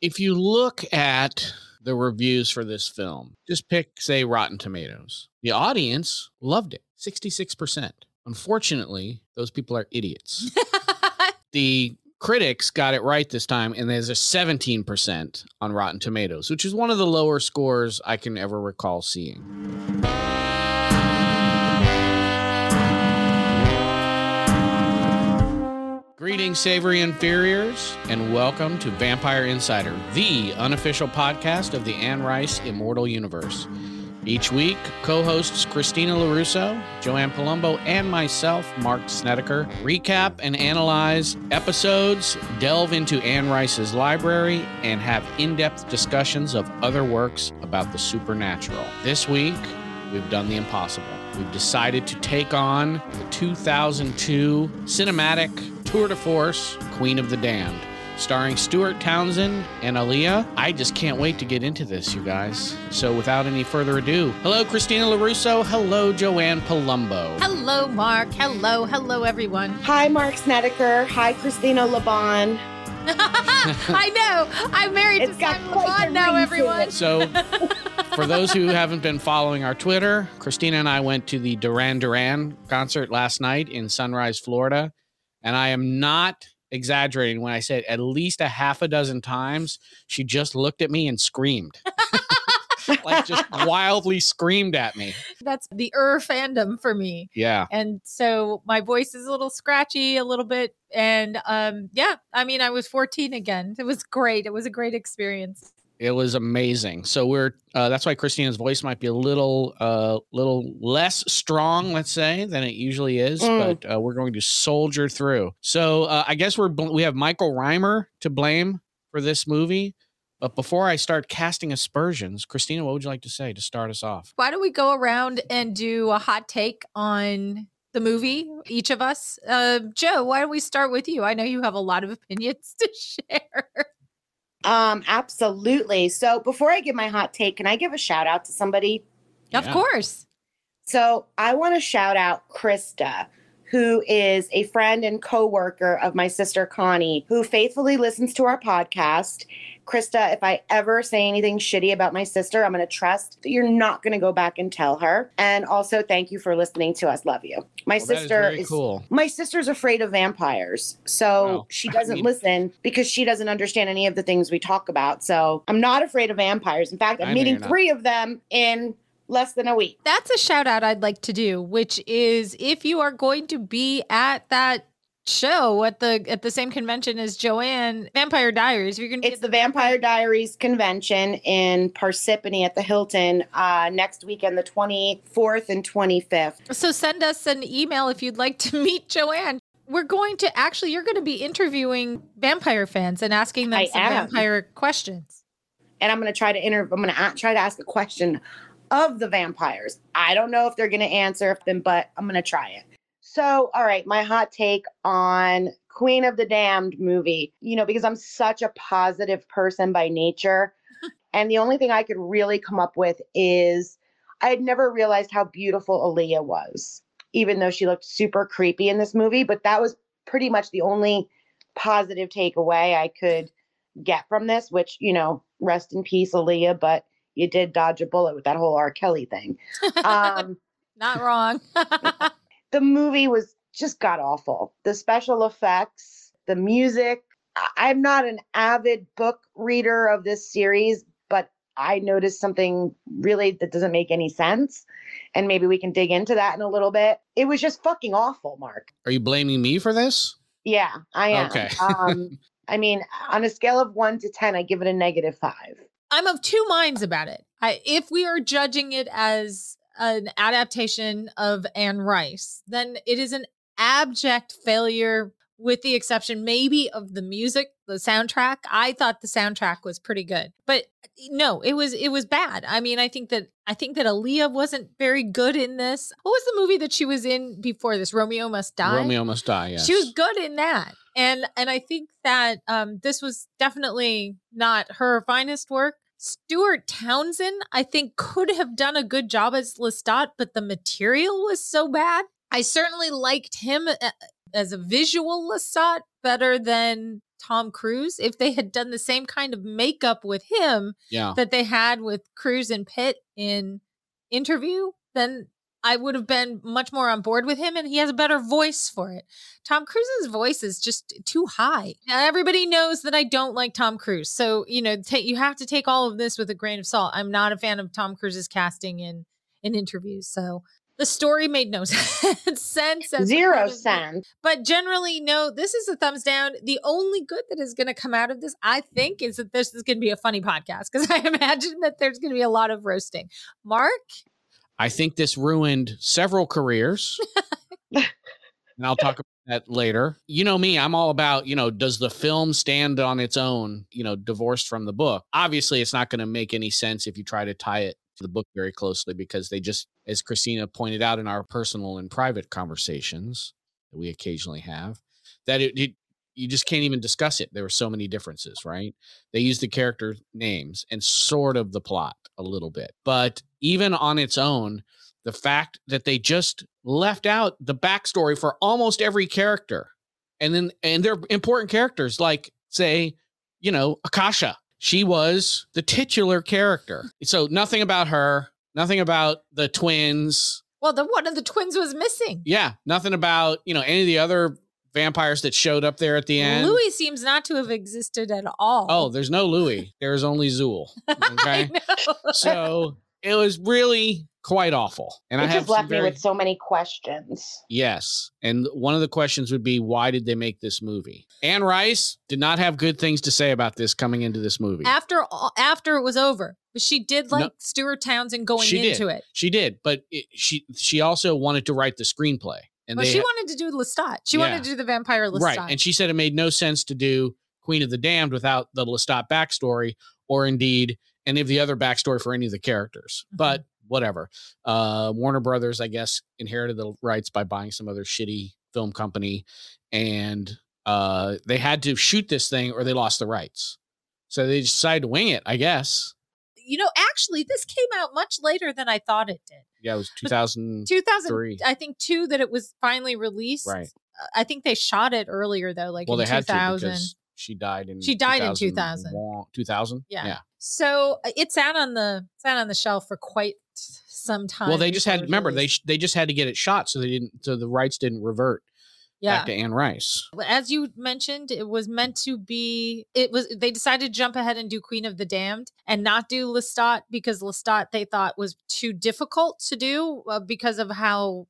If you look at the reviews for this film, just pick, say, Rotten Tomatoes, the audience loved it 66%. Unfortunately, those people are idiots. the critics got it right this time and there's a 17% on rotten tomatoes which is one of the lower scores i can ever recall seeing greetings savory inferiors and welcome to vampire insider the unofficial podcast of the anne rice immortal universe each week, co hosts Christina LaRusso, Joanne Palumbo, and myself, Mark Snedeker, recap and analyze episodes, delve into Anne Rice's library, and have in depth discussions of other works about the supernatural. This week, we've done the impossible. We've decided to take on the 2002 cinematic tour de force, Queen of the Damned. Starring Stuart Townsend and Aaliyah. I just can't wait to get into this, you guys. So, without any further ado, hello, Christina LaRusso. Hello, Joanne Palumbo. Hello, Mark. Hello, hello, everyone. Hi, Mark Snedeker. Hi, Christina Laban. I know. I'm married It's to got Simon quite the Lebon now, ring to everyone. it. So, for those who haven't been following our Twitter, Christina and I went to the Duran Duran concert last night in Sunrise, Florida. And I am not exaggerating when I said at least a half a dozen times, she just looked at me and screamed. like, just wildly screamed at me. That's the Ur fandom for me. Yeah. And so my voice is a little scratchy, a little bit. And um, yeah, I mean, I was 14 again. It was great. It was a great experience. It was amazing. So we're uh, that's why Christina's voice might be a little uh little less strong, let's say, than it usually is, Mm. but uh, we're going to soldier through. So uh, I guess we're bl- we have Michael Reimer to blame for this movie. But before I start casting aspersions, Christina, what would you like to say to start us off? Why don't we go around and do a hot take on the movie, each of us? Uh, Joe, why don't we start with you? I know you have a lot of opinions to share. Um, absolutely. So before I give my hot take, can I give a shout out to somebody? Of Yeah. course. So I want to shout out Krista, who is a friend and co-worker of my sister Connie, who faithfully listens to our podcast. Krista, if I ever say anything shitty about my sister, I'm going to trust that you're not going to go back and tell her. And also, thank you for listening to us. Love you. My Well, that is sister very is cool. my sister's afraid of vampires so Wow. she doesn't mean- listen because she doesn't understand any of the things we talk about so i'm not afraid of vampires in fact I i'm know meeting you're not. three of them in less than a week that's a shout out I'd like to do, which is if you are going to be at that show at the at the same convention as Joanne Vampire Diaries, you're gonna be it's the vampire diaries convention in parsippany at the hilton uh, next weekend the 24th and 25th so send us an email if you'd like to meet Joanne. We're going to actually you're gonna be interviewing vampire fans and asking them I some am. vampire questions. and i'm going to try to inter- i'm going to a- try to ask a question of the vampires i don't know if they're going to answer them but i'm going to try it so all right my hot take on queen of the damned movie you know because i'm such a positive person by nature and the only thing i could really come up with is i had never realized how beautiful aaliyah was even though she looked super creepy in this movie but that was pretty much the only positive takeaway i could get from this, which, you know, rest in peace, Aaliyah, but you did dodge a bullet with that whole R. Kelly thing. Um, Not wrong. the movie was just god awful. The special effects, the music. I- I'm not an avid book reader of this series, but I noticed something really that doesn't make any sense. And maybe we can dig into that in a little bit. It was just fucking awful, Mark. Are you blaming me for this? Yeah, I am. Okay. um, I mean, on a scale of one to 10, I give it a negative five. I'm of two minds about it. I, if we are judging it as an adaptation of Anne Rice, then it is an abject failure, with the exception maybe of the music, the soundtrack. I thought the soundtrack was pretty good, but eh, no, it was it was bad. I mean, I think that I think that Aaliyah wasn't very good in this. What was the movie that she was in before this? Romeo Must Die. Romeo must die. Yes. She was good in that. And and I think that um this was definitely not her finest work. Stuart Townsend, I think, could have done a good job as Lestat, but the material was so bad. uh, I certainly liked him a- as a visual Lestat better than Tom Cruise, if they had done the same kind of makeup with him Yeah. that they had with Cruise and Pitt in interview, then I would have been much more on board with him and he has a better voice for it. Tom Cruise's voice is just too high. Now, everybody knows that I don't like Tom Cruise. So, you know, ta- you have to take all of this with a grain of salt. I'm not a fan of Tom Cruise's casting in in interviews. So, the story made no sense. as part Zero of the- cents. but generally, no, this is a thumbs down. The only good that is going to come out of this, I think, is that this is going to be a funny podcast because I imagine that there's going to be a lot of roasting. Mark, I think this ruined several careers. and I'll talk about that later. You know me, I'm all about, you know, does the film stand on its own, you know, divorced from the book? Obviously, it's not going to make any sense if you try to tie it to the book very closely because they just, as Christina pointed out in our personal and private conversations that we occasionally have, that it, it you just can't even discuss it. There were so many differences, right? They used the character names and sort of the plot a little bit. But even on its own, the fact that they just left out the backstory for almost every character. And then and they're important characters, like say, you know, Akasha. She was the titular character. So nothing about her, nothing about the twins, well, the one of the twins was missing. yeah, nothing about you know any of the other vampires that showed up there at the end. Louis seems not to have existed at all. Oh, there's no Louis. There's only Zool. I Okay, know. so it was really quite awful, and I It have just some left me very- with so many questions. Yes. And one of the questions would be why did they make this movie? Anne Rice did not have good things to say about this coming into this movie. After all, after it was over, but she did No. like Stuart Townsend going She did. into it. she did, but it, she she also wanted to write the screenplay. And Well, they she wanted to do Lestat. She wanted Yeah. to do the vampire Lestat. Right. And she said it made no sense to do Queen of the Damned without the Lestat backstory or indeed any of the other backstory for any of the characters. Mhm. But whatever. Uh, Warner Brothers, I guess, inherited the rights by buying some other shitty film company. And uh, they had to shoot this thing or they lost the rights. So they decided to wing it, I guess. you know, actually, this came out much later than I thought it did. Yeah, it was But 2000. 2000 Three. I think two that it was finally released. Right. Uh, I think they shot it earlier though, like well, in they had to 2000. because she died in She died in 2000. 2000? Yeah. Yeah. so uh, it sat on the sat on the shelf for quite some time. Well, they just before had it was remember they released. sh- they just had to get it shot so they didn't so the rights didn't revert yeah. back to Anne Rice. As you mentioned, it was meant to be. It was they decided to jump ahead and do Queen of the Damned and not do Lestat because Lestat they thought was too difficult to do uh, because of how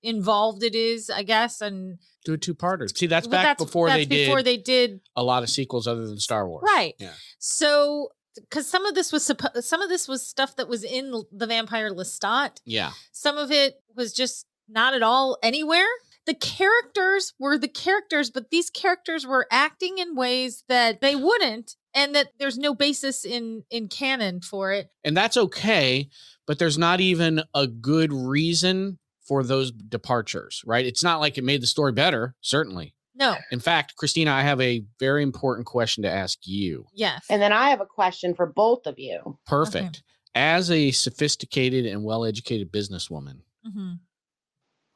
involved it is, I guess. And Do a two parter. See, that's but back before that's they before did they did a lot of sequels other than Star Wars. Right. Yeah. So, because some of this was suppo- some of this was stuff that was in L- the Vampire Lestat. Yeah. Some of it was just not at all anywhere. The characters were the characters, but these characters were acting in ways that they wouldn't, and that there's no basis in in canon for it. And that's okay, but there's not even a good reason for those departures, right? It's not like it made the story better, certainly. No. In fact, Christina, I have a very important question to ask you. Yes. And then I have a question for both of you. Perfect. As a sophisticated and well-educated businesswoman, Mhm.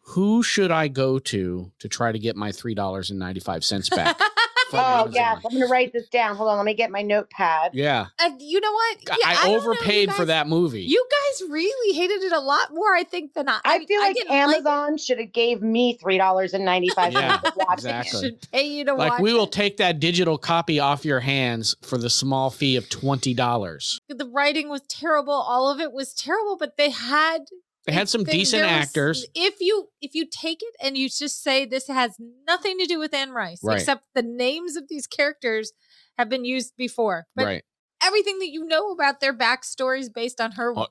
who should I go to to try to get my three dollars and ninety five cents back? from Oh, Amazon? yes. I'm going to write this down. Hold on. Let me get my notepad. yeah. Uh, you know what? Yeah, I, don't know, you overpaid for guys- that movie. You guys really hated it a lot more, I think, than I. I feel like didn't it. Amazon should have gave me three dollars and ninety five Yeah, cents for watching exactly. it. should pay you to like watch. we will it. take that digital copy off your hands for the small fee of twenty dollars. the writing was terrible all of it was terrible but they had They had some decent there was- actors. if you if you take it and you just say this has nothing to do with anne rice Right. except the names of these characters have been used before but right. everything that you know about their backstories based on her uh,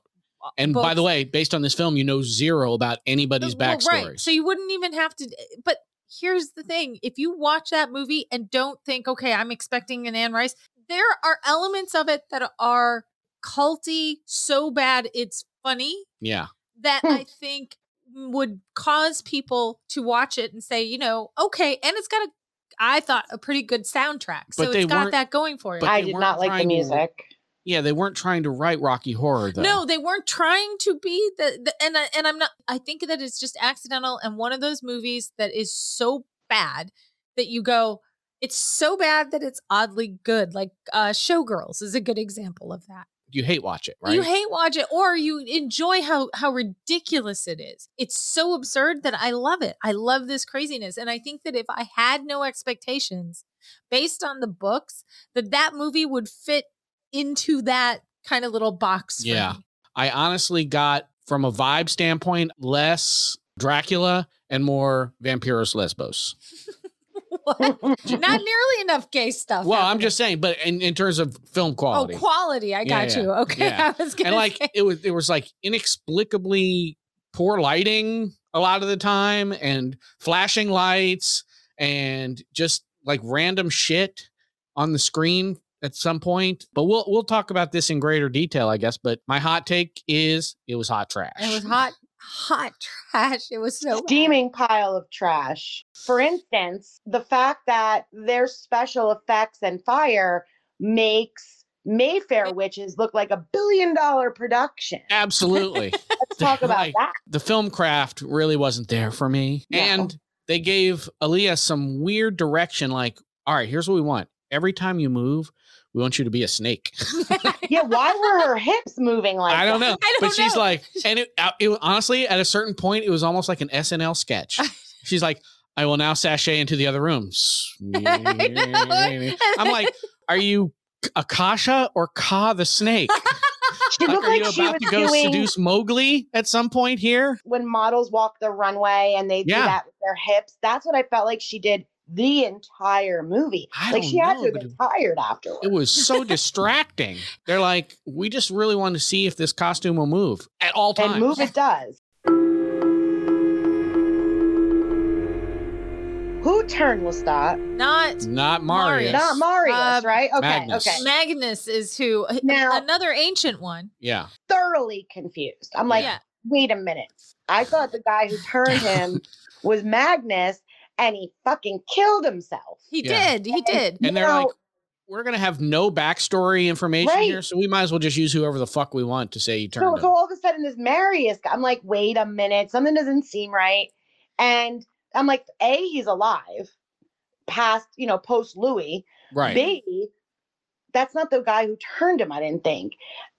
Oh, And by the books- way, based on this film, you know zero about anybody's Well, backstories. so you wouldn't even have to eh, but here's the thing if you watch that movie and don't think okay i'm expecting an anne rice there are elements of it that are culty so bad it's funny yeah. that Hmm. I think would cause people to watch it and say, you know, okay, and it's got a I thought a pretty good soundtrack. So But they it's got weren't- that going for it. But I they did weren't not like the trying to- music. Yeah, they weren't trying to write Rocky Horror though. no, they weren't trying to be the, the and I, and I'm not I think that it's just accidental and one of those movies that is so bad that you go It's so bad that it's oddly good. Like uh, Showgirls is a good example of that. You hate watch it, right? You hate watch it or you enjoy how how ridiculous it is. It's so absurd that I love it. I love this craziness and I think that if I had no expectations based on the books that that movie would fit into that kind of little box. for Yeah. me. I honestly got from a vibe standpoint less Dracula and more Vampiros Lesbos. What? Not nearly enough gay stuff. Well, I'm happening. just saying, but in, in terms of film quality. Oh, quality. I got Yeah, you. Okay. yeah. I was going and to like say. it was it was like inexplicably poor lighting a lot of the time and flashing lights and just like random shit on the screen at some point but we'll we'll talk about this in greater detail i guess but my hot take is it was hot trash It was hot, hot trash. It was so bad. steaming pile of trash. For instance, the fact that their special effects and fire makes Mayfair Witches look like a billion dollar production. absolutely Let's talk about Like, that. the film craft really wasn't there for me. No. And they gave Aaliyah some weird direction like, all right, here's what we want. Every time you move, we want you to be a snake. Yeah, why were her hips moving like I don't that? know. I but don't she's know. like, and it, uh, it honestly, at a certain point, it was almost like an SNL sketch. she's like, I will now sachet into the other rooms. know. I'm like, are you Akasha or Ka the snake? She Like, looked are you like she about was to go doing seduce Mowgli at some point here? when models walk the runway and they Yeah. do that with their hips. That's what I felt like she did the entire movie. I like don't she had know, to but get it- tired afterwards. It was so distracting. They're like, we just really want to see if this costume will move at all times. and move it does. Who turned Lestat? Not Not Marius. Marius. Not Marius, Uh, right? Okay, Magnus. okay. Magnus is who Now- another ancient one. yeah. Thoroughly confused. I'm like, yeah. wait a minute. I thought the guy who turned him was Magnus, and he fucking killed himself. He Yeah. did. He did. And they're No. like, we're going to have no backstory information Right. here, so we might as well just use whoever the fuck we want to say he So, turned so him. all of a sudden, this Marius guy, I'm like, wait a minute, something doesn't seem right. And I'm like, A, he's alive, past, you know, post Louis. Right. B, that's not the guy who turned him, I didn't think.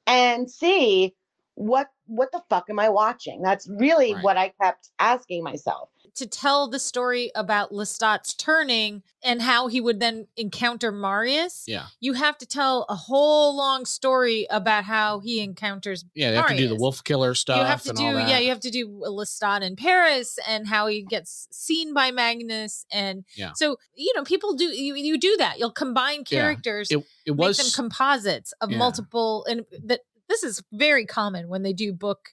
And C, what what the fuck am I watching? That's really Right. what I kept asking myself. To tell the story about Lestat's turning and how he would then encounter Marius, Yeah. you have to tell a whole long story about how he encounters. Yeah, they have to do the Marius. wolf killer stuff you have to and do, all that. yeah, you have to do Lestat in Paris and how he gets seen by Magnus, and Yeah. so you know people do you you do that. You'll combine characters. it, it make them was composites of yeah. multiple and that this is very common when they do book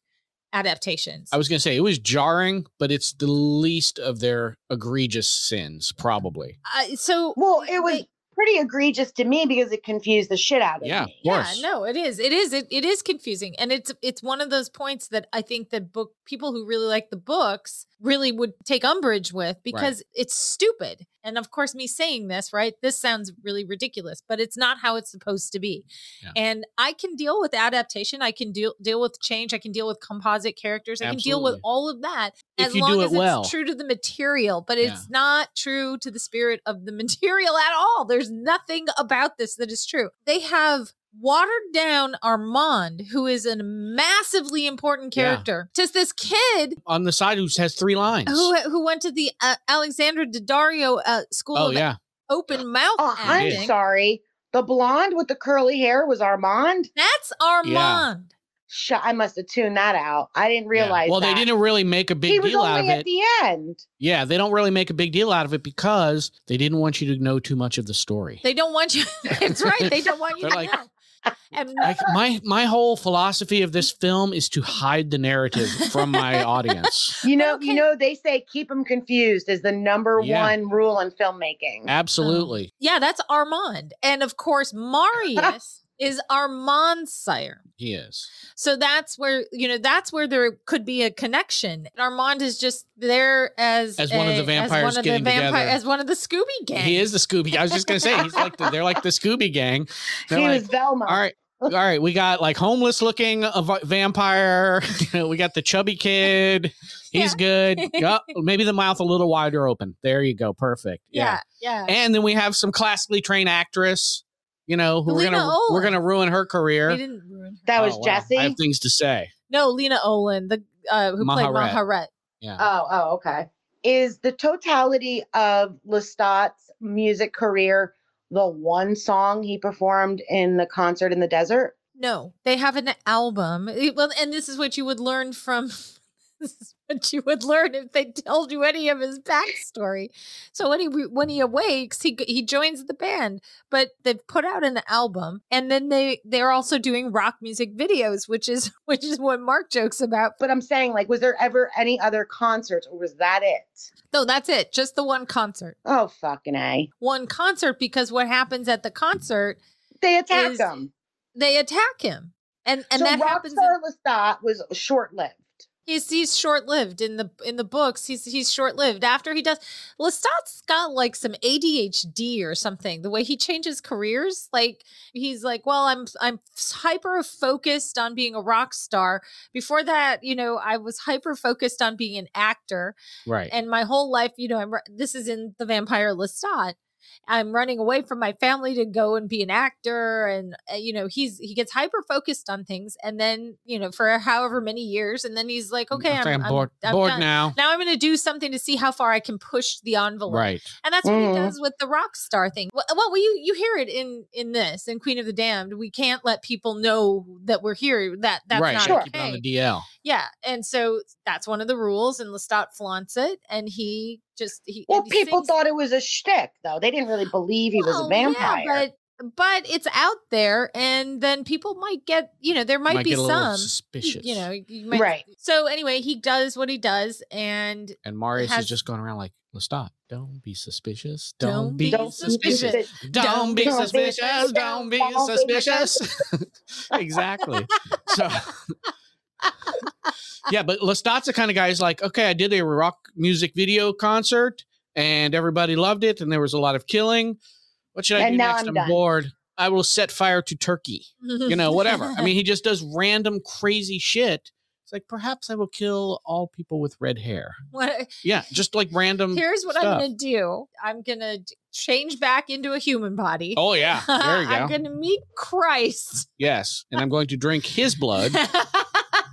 adaptations I was going to say it was jarring, but it's the least of their egregious sins probably. I- so Well, it was they- pretty egregious to me because it confused the shit out of Yeah, me. of course. yeah no it is it is it, it is confusing and it's it's one of those points that i think that book people who really like the books really would take umbrage with because it's stupid and of course me saying this right this sounds really ridiculous but it's not how it's supposed to be Yeah. and i can deal with adaptation i can deal deal with change i can deal with composite characters i can deal with Absolutely. all of that If as you do long it as well. it's true to the material, but Yeah. it's not true to the spirit of the material at all. There's nothing about this that is true. They have watered down Armand, who is a massively important Yeah. character, just this kid On the side who has three lines. who who went to the uh, Alexandra Daddario uh, School oh of yeah. Open Mouth Oh, I'm Acting. sorry. The blonde with the curly hair was Armand. That's Armand. Sh- I must have tuned that out. I didn't Yeah. realize. Well, they that. didn't really make a big he was deal only out of at it. the end. Yeah, they don't really make a big deal out of it because they didn't want you to know too much of the story. They don't want you. That's right. They don't want you They're to like- know. And Like my my whole philosophy of this film is to hide the narrative from my audience. You know, okay. you know, they say keep them confused is the number Yeah. one rule in filmmaking. Absolutely. Yeah, that's Armand. And of course, Marius is Armand's sire. Oh. He is. So that's where, you know, that's where there could be a connection. Armand is just there as As one of the a- as vampires getting together. as one of the Scooby gang. He is the Scooby. I was just gonna say he's like the, they're like the Scooby gang. They're he like, was Velma. all right, all right, we got like homeless looking a vi- vampire. we got the chubby kid. He's good. Yup, maybe the mouth a little wider open. There you go. Perfect. Yeah, yeah. And then we have some classically trained actress, you know, who we're Lena gonna we're Olin. gonna ruin her career. He didn't ruin her. That was Oh, wow. Jesse. I have things to say. No, Lena Olin, the uh, who Maharet. played Maharet. Uh, Oh, oh, okay. Is the totality of Lestat's music career the one song he performed in the concert in the desert? No, they have an album. It- well, and this is what you would learn from. this is what you would learn if they told you any of his backstory. So when he re- when he awakes, he g- he joins the band. But they've put out an album, and then they they're also doing rock music videos, which is which is what Mark jokes about. But I'm saying, like, was there ever any other concerts or was that it? No, that's it. Just the one concert. Oh, fucking A. One concert because what happens at the concert, They attacked Is- him. they attack him. And and so that Rockstar happens in- Lestat was short lived. He's he's short lived in the in the books. He's he's short lived. After he does, Lestat's got like some ADHD or something. The way he changes careers, like he's like, well, I'm I'm hyper focused on being a rock star. Before that, you know, I was hyper focused on being an actor, Right. and my whole life, you know, I'm ru- this is in the Vampire Lestat. I'm running away from my family to go and be an actor, and uh, you know he's he gets hyper focused on things, and then you know for however many years, and then he's Mm, like, okay, I'm, I'm bored, I'm bored done. now. Now I'm going to do something to see how far I can push the envelope, Right. and that's what Mhm. he does with the rock star thing. Well, well, you you hear it in in this in Queen of the Damned. We can't let people know that we're here. That that's right. gotta not Sure. Keep it on okay. the DL. Yeah, and so that's one of the rules, and Lestat flaunts it, and he just he. Well, and he people sings- thought it was a shtick, though. They didn't really believe he was a Well, vampire. Oh, Yeah, but but it's out there, and then people might get you know there might, be get a little some suspicious. you know you might, Right. So anyway, he does what he does, and and Marius has- is just going around like, let's stop. Don't be suspicious. Don't, Don't be, be Don't suspicious. suspicious. Don't be Don't be suspicious. Don't be suspicious. Don't be suspicious. exactly. So, yeah, but Lestat's the kind of guy who's like, okay, I did a rock music video concert and everybody loved it and there was a lot of killing. What should I And do now next? I'm I'm done." bored. I will set fire to turkey. You know, whatever. I mean, he just does random crazy shit. It's like, perhaps I will kill all people with red hair. what, Yeah, just like random. here's what stuff. I'm gonna do. I'm gonna d- change back into a human body. Oh, yeah. There you go. I'm gonna meet Christ. Yes. And I'm going to drink his blood.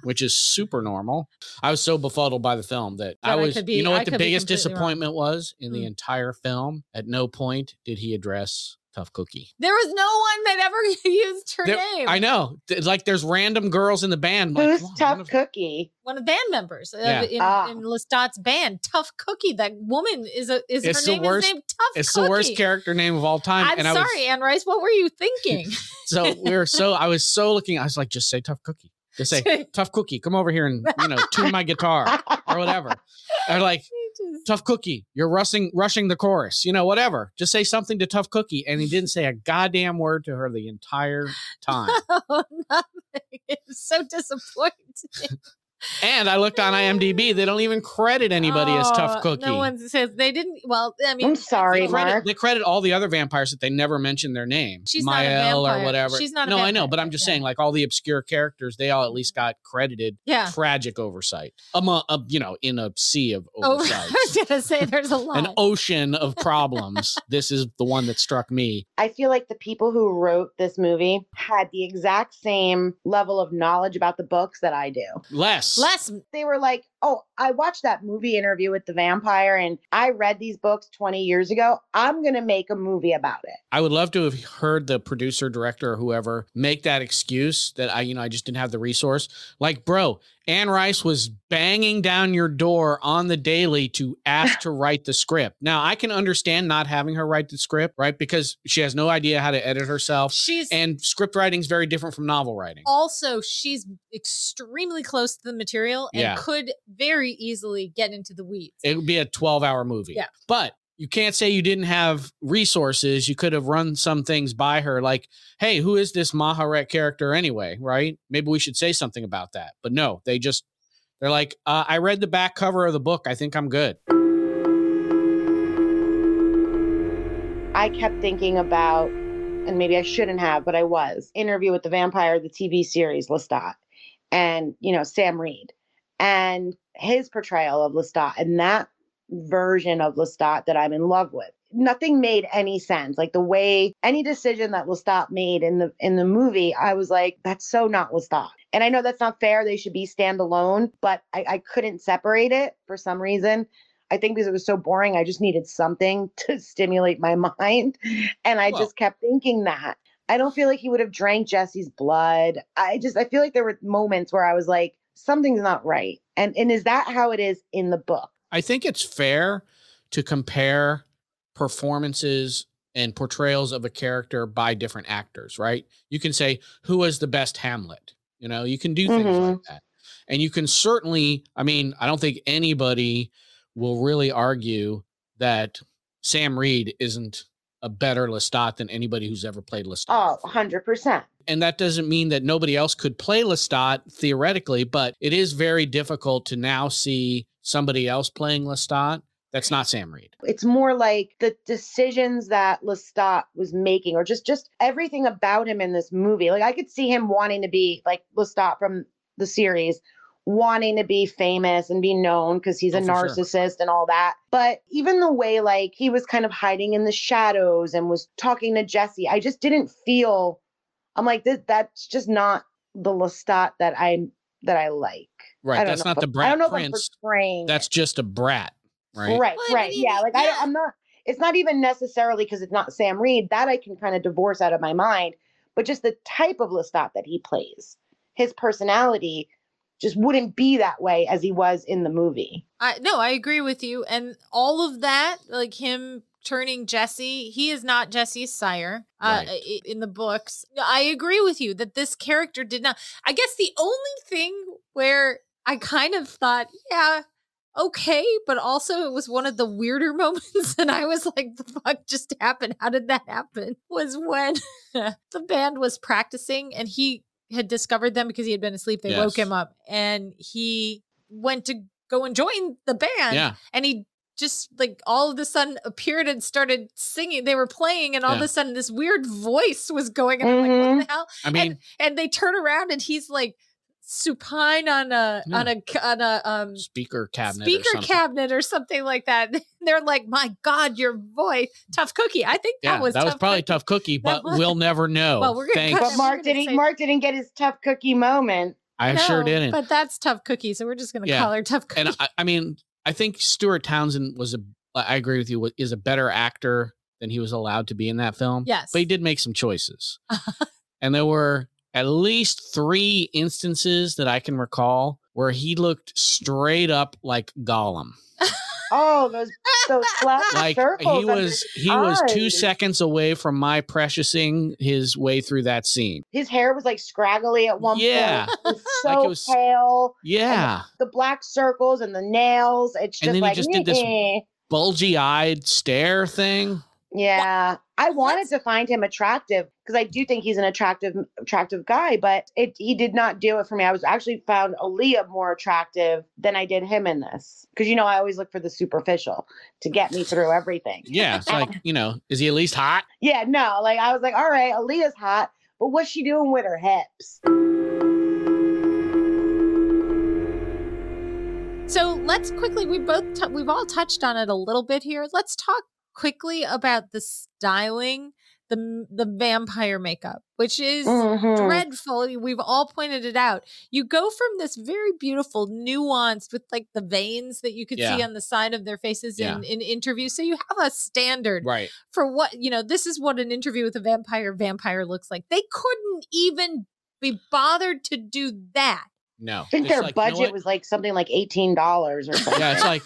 which is super normal. I was so befuddled by the film that, I That I was, could be- you know I what, the could be biggest completely wrong. disappointment was in the Mm. entire film. At no point did he address Tough Cookie. there was no one that ever used her There- name. I know, th- like there's random girls in the band. I'm Like, Who's "Wow, tough one of- cookie? one of the band members of- Yeah. in, Ah. in Lestat's band, Tough Cookie. That woman is a is It's her the name worst- is named Tough It's Cookie. the worst character name of all time. I'm and sorry, I was Anne Rice. What were you thinking? so we were so I was so looking. I was like, just say Tough Cookie. Just say Tough Cookie. Come over here and you know tune my guitar or whatever. Or like Tough Cookie, you're rushing rushing the chorus, you know, whatever. Just say something to Tough Cookie. And he didn't say a goddamn word to her the entire time. oh, nothing. It's so disappointing. and I looked on IMDb, they don't even credit anybody as Tough Oh, Cookie. No one says they didn't. Well, I mean, I'm that's sorry, they, all right. credit, Mark. they credit all the other vampires that they never mention their name. She's not a Mael or vampire. whatever. She's not a no, I know, vampire, but I'm just yeah. saying, like all the obscure characters, they all at least got credited. Yeah. Tragic oversight. Among, uh, you know, in a sea of Oh, I oversights. was gonna say there's a lot. An ocean of problems. this is the one that struck me. I feel like the people who wrote this movie had the exact same level of knowledge about the books that I do. Less. Less They were like, oh, I watched that movie interview with the vampire and I read these books 20 years ago. I'm going to make a movie about it. I would love to have heard the producer, director, or whoever make that excuse that I, you know, I just didn't have the resource. Like, bro, Anne Rice was banging down your door on the daily to ask to write the script. Now, I can understand not having her write the script, right? Because she has no idea how to edit herself. she's And script writing is very different from novel writing. also she's extremely close to the material and Yeah. could very easily get into the weeds. It would be a 12 hour movie. Yeah. But you can't say you didn't have resources. You could have run some things by her, like, hey, who is this Maharet character anyway? Right? Maybe we should say something about that. But no, they just, they're like, uh, I read the back cover of the book. I think I'm good. I kept thinking about and maybe I shouldn't have, but I was. Interview with the Vampire, the TV series Lestat, and you know Sam Reed, and his portrayal of Lestat, and that version of Lestat that I'm in love with. Nothing made any sense. Like the way any decision that Lestat made in the in the movie, I was like, that's so not Lestat. And I know that's not fair. They should be standalone, but I, I couldn't separate it for some reason. I think because it was so boring, I just needed something to stimulate my mind. And I Well- just kept thinking that. I don't feel like he would have drank Jesse's blood. I just I feel like there were moments where I was like, something's not right. And and is that how it is in the book? I think it's fair to compare performances and portrayals of a character by different actors, right? You can say who was the best Hamlet. You know, you can do things like that. And you can certainly, I mean, I don't think anybody will really argue that Sam Reed isn't a better Lestat than anybody who's ever played Lestat. Oh, 100%. and that doesn't mean that nobody else could play Lestat theoretically, but it is very difficult to now see somebody else playing Lestat that's not Sam Reed. It's more like the decisions that Lestat was making, or just just everything about him in this movie. Like I could see him wanting to be like Lestat from the series, wanting to be famous and be known because he's Oh, a for sure. narcissist and all that. But even the way like he was kind of hiding in the shadows and was talking to Jesse, I just didn't feel. I'm like this. That's just not the Lestat that I that I like. I Right. don't That's know not if- the I brat don't know prince. if I'm portraying it. That's just a brat. Right. Right, Well, I right. mean, yeah. Like I, yeah. I'm not. It's not even necessarily because it's not Sam Reed that I can kind of divorce out of my mind, but just the type of Lestat that he plays, his personality, just wouldn't be that way as he was in the movie. I no, I agree with you. And all of that, like him turning Jesse, he is not Jesse's sire uh, Right. i- in the books. I agree with you that this character did not. I guess the only thing where I kind of thought, yeah, okay, but also it was one of the weirder moments, and I was like, the fuck just happened? How did that happen? Was when the band was practicing and he had discovered them because he had been asleep. They woke Yes. him up and he went to go and join the band Yeah. and he just like all of a sudden appeared and started singing they were playing and all of Yeah. a sudden this weird voice was going and I'm like what the hell I mean, and they turn around and he's like supine on a Yeah. on a on a um speaker cabinet. or speaker something. cabinet or something like that they're like my god your voice tough cookie i think Yeah, that was tough probably Cookie. tough cookie, That but was- we'll never know. Well, we're gonna cut Thanks. that But we're Mark gonna didn't. say- Mark didn't get his tough cookie moment. I sure No, didn't. but that's tough cookie so we're just gonna Yeah. call her tough cookie and I, I mean, I think Stuart Townsend was a. I agree with you. wa- Is a better actor than he was allowed to be in that film. yes um, but he did make some choices. and there were at least three instances that I can recall where he looked straight up like Gollum. Oh, those those black Like circles. he under- was he was two eyes. seconds away from my preciousing his way through that scene. His hair was like scraggly at one Yeah. point. It was so Like it was- pale. Yeah. The black circles and the nails. It's just And then he like just did this- "Eh." Bulgy eyed stare thing. Yeah, I wanted to find him attractive because I do think he's an attractive, attractive guy. But it, he did not do it for me. I was actually found Aaliyah more attractive than I did him in this because you know I always look for the superficial to get me through everything. Yeah. It's like, you know, is he at least hot? Yeah, no, like I was like, all right, Aaliyah's hot, but what's she doing with her hips? So let's quickly we both t- we've all touched on it a little bit here. Let's talk quickly about the styling, the the vampire makeup, which is Mm-hmm. Mhm. dreadful. We've all pointed it out. You go from this very beautiful, nuanced with like the veins that you could see Yeah. on the side of their faces Yeah. in in interviews. So you have a standard Right. for what you know this is what an interview with a vampire vampire looks like they couldn't even be bothered to do that No. I think It's their like, you know budget what? was like something like eighteen dollars or something. Yeah, it's like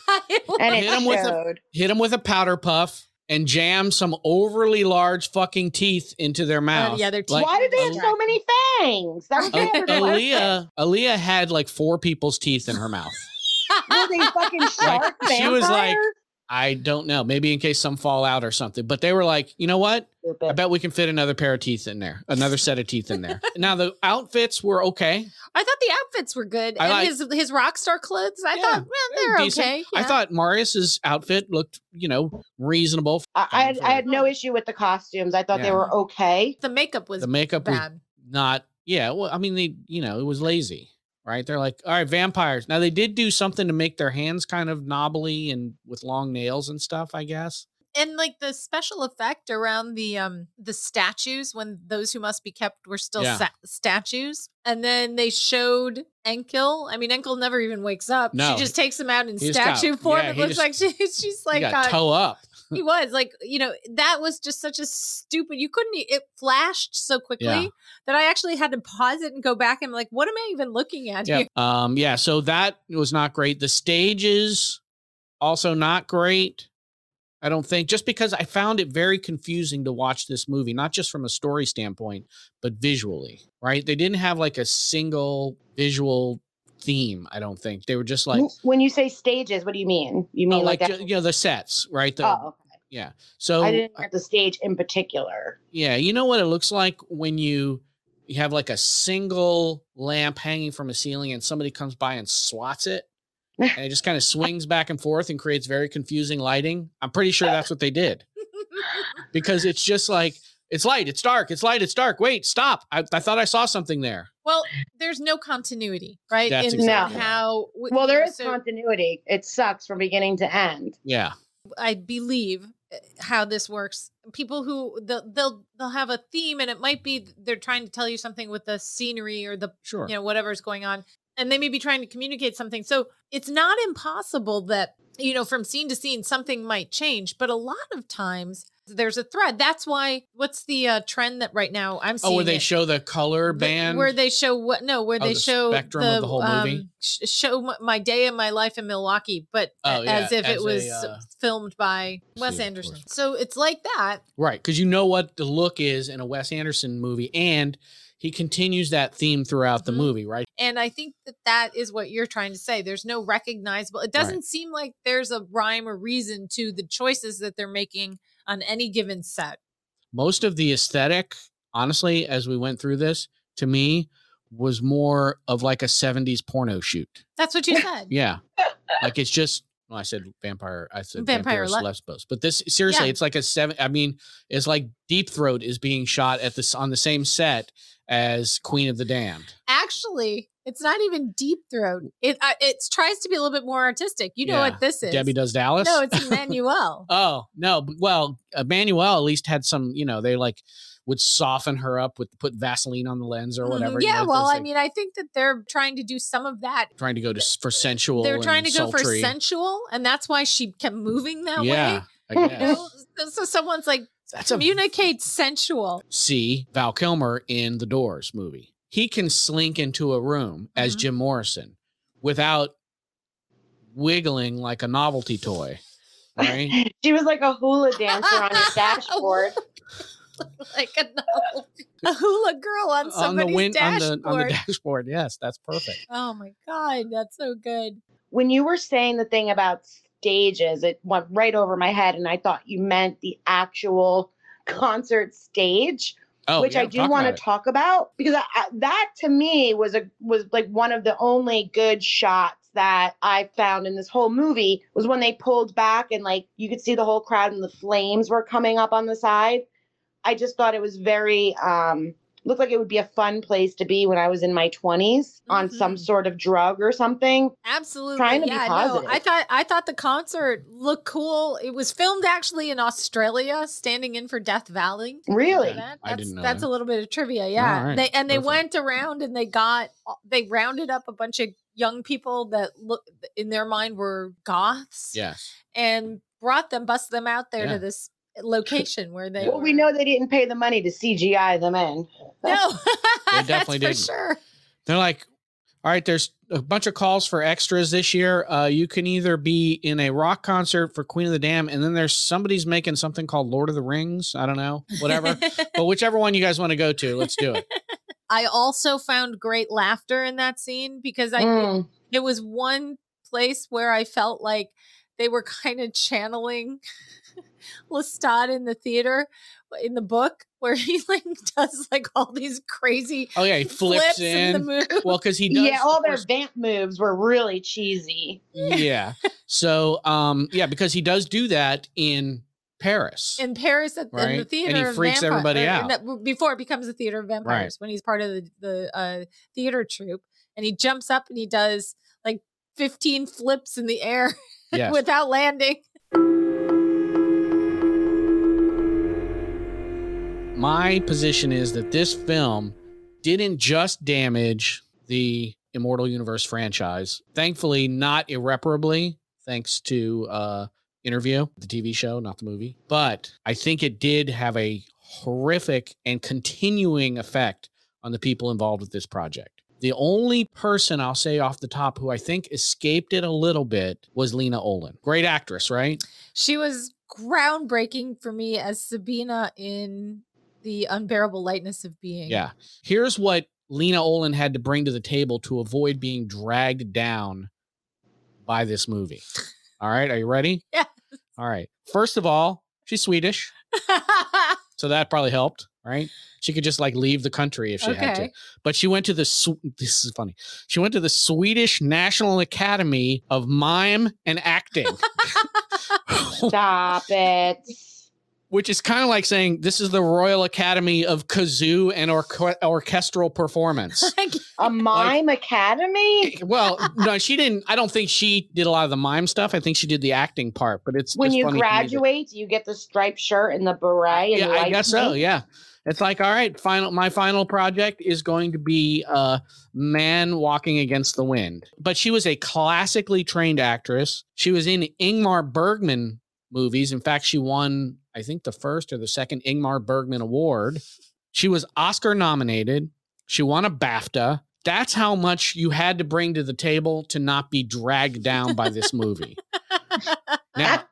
and Hit it 'em with a- showed. hit him with a powder puff and jam some overly large fucking teeth into their mouth. yeah, their Like, teeth Why did they have Aaliyah- so many fangs? That was A- my other question. Aaliyah, Aaliyah had like four people's teeth in her mouth. Were they fucking shark she was like, vampires? I don't know. Maybe in case some fall out or something. But they were like, you know what? I Stupid. bet we can fit another pair of teeth in there, another set of teeth in there. now the outfits were okay. I thought the outfits were good, I and like- his his rock star clothes. I Yeah, thought, well, they were they're decent. okay. I yeah. thought Marius's outfit looked, you know, reasonable. I, I, had, I had for- no issue with the costumes. I thought Yeah. they were okay. the makeup was The makeup was bad. not yeah well i mean they you know it was lazy right they're like all right vampires now they did do something to make their hands kind of knobbly and with long nails and stuff i guess and like the special effect around the um the statues when those who must be kept were still Yeah. sa- statues and then they showed Enkel. I mean, Enkel never even wakes up. No, she just takes him out in he just got- statue form. yeah, it he looks just- like she, she's like like got uh, toe up he was like you know that was just such a stupid. You couldn't. e- It flashed so quickly Yeah. that I actually had to pause it and go back and like, what am I even looking at yeah here? um yeah so that was not great the stages also not great i don't think just because i found it very confusing to watch this movie not just from a story standpoint but visually right they didn't have like a single visual theme i don't think they were just like W- when you say stages, what do you mean? You Oh, mean like like, ju- that? you know the sets, right? The, oh, oh, okay. so I didn't at the stage in particular. yeah, you know what it looks like when you you have like a single lamp hanging from a ceiling and somebody comes by and swats it and it just kind of swings back and forth and creates very confusing lighting. I'm pretty sure that's what they did because it's just like it's light, it's dark, it's light, it's dark. Wait, stop. I, I thought I saw something there. well, there's no continuity, right? That's in exactly right. how w- Well, you there know, is so- continuity. It sucks from beginning to end. Yeah. I believe uh, how this works. People who they'll they'll, they'll have a theme, and it might be th- they're trying to tell you something with the scenery or the Sure. you know whatever's going on, and they may be trying to communicate something. So it's not impossible that you know from scene to scene something might change, but a lot of times there's a thread. That's why what's the uh, trend that right now I'm seeing. oh, where they it, show the color wh- band. where they show what no where Oh, they the show um, spectrum of the whole movie? sh- show my, my day and my life in milwaukee but Oh, as yeah, if as it a, was uh, filmed by wes see, of anderson course. so it's like that Right, because you know what the look is in a Wes Anderson movie, and he continues that theme throughout the Mhm. movie, right? and i think that that is what you're trying to say there's no recognizable it doesn't seem like there's a rhyme or reason to the choices that they're making on any given set Most of the aesthetic, honestly, as we went through this, to me was more of like a 70s porno shoot. that's what you said Yeah. like it's just well, I said vampire, I said Vampire vampire, Le- lesbos. But this seriously, Yeah. it's like a seven I mean, it's like Deep Throat is being shot at this on the same set as Queen of the Damned. actually it's not even deep throat it uh, it tries to be a little bit more artistic you know Yeah. what this is Debbie Does Dallas. no it's emmanuel Oh no! b- Well, Emmanuel at least had some. You know, they like would soften her up with put Vaseline on the lens or Mhm. whatever. you know, Yeah, if well, there's, I like, mean, I think that they're trying to do some of that. trying to go to s- for sensual. They're trying and to go for sultry. sensual, and that's why she kept moving that Yeah, way. I You guess know? So- So someone's like, that's a communicate sensual. see Val Kilmer in the Doors movie. He can slink into a room as Mhm. Jim Morrison without wiggling like a novelty toy. Right? She was like a hula dancer on your dashboard. like a, novel- a hula girl on on the somebody's win- on the dashboard. on the dashboard. Yes, that's perfect. oh my God, that's so good. When you were saying the thing about stages, it went right over my head, and I thought you meant the actual concert stage, Oh, which yeah, I do talk want about to it. talk about because I, I, that to me was a was like one of the only good shots that I found in this whole movie was when they pulled back and like you could see the whole crowd and the flames were coming up on the side. I just thought it was very um looked like it would be a fun place to be when I was in my 20s on some Mhm. sort of drug or something. Absolutely. Trying to be yeah, positive. no, I thought I thought the concert looked cool. It was filmed actually in Australia, standing in for Death Valley. Really? Okay. that. I That's, didn't know that's that. a little bit of trivia. Yeah. right. They and they Perfect. went around and they got they rounded up a bunch of young people that look in their mind were goths Yes. and brought them, busted them out there Yeah. to this location where they Yeah. Well, we were- know they didn't pay the money to CGI them in. No, They definitely that's didn't. for sure. They're like, all right, there's a bunch of calls for extras this year. Uh, you can either be in a rock concert for Queen of the Dam, and then there's somebody's making something called Lord of the Rings. I don't know, whatever. but whichever one you guys want to go to, let's do it. I also found great laughter in that scene because I Mm. it was one place where I felt like they were kind of channeling Lestat in the theater uh, in the book where he like does like all these crazy Oh yeah, he flips, flips in. in. the move. well, because he does. Yeah, all their force- vamp moves were really cheesy. yeah. So um, yeah, because he does do that in Paris. in Paris at in Right. the And theater he of freaks vampire- everybody or in out. the- before it becomes the theater of vampires when he's part of the the uh, theater troupe and he jumps up and he does like 15 flips in the air yes. without landing. my position is that this film didn't just damage the Immortal Universe franchise. Thankfully, not irreparably, thanks to uh, Interview, the TV show, not the movie. But I think it did have a horrific and continuing effect on the people involved with this project. The only person I'll say off the top who I think escaped it a little bit was Lena Olin. Great actress, right? She was groundbreaking for me as Sabina in the unbearable lightness of being. Yeah. Here's what Lena Olin had to bring to the table to avoid being dragged down by this movie. All right. Are you ready? Yes. All right. First of all, she's Swedish. So that probably helped, right? She could just like leave the country if she had to. okay. But she went to the, Sw- this is funny. She went to the Swedish National Academy of Mime and Acting, Stop it. which is kind of like saying this is the Royal Academy of Kazoo and orque- Orchestral Performance. Like, A mime academy? well, no, she didn't. I don't think she did a lot of the mime stuff. I think she did the acting part. But it's When it's you funny to me that- graduate, you get the striped shirt and the beret. And yeah, the I light guess so. pink. Yeah, it's like all right. Final, my final project is going to be uh, man walking against the wind. But she was a classically trained actress. She was in Ingmar Bergman movies. In fact, she won I think the first or the second Ingmar Bergman award. She was Oscar nominated. She won a BAFTA. That's how much you had to bring to the table to not be dragged down by this movie. now,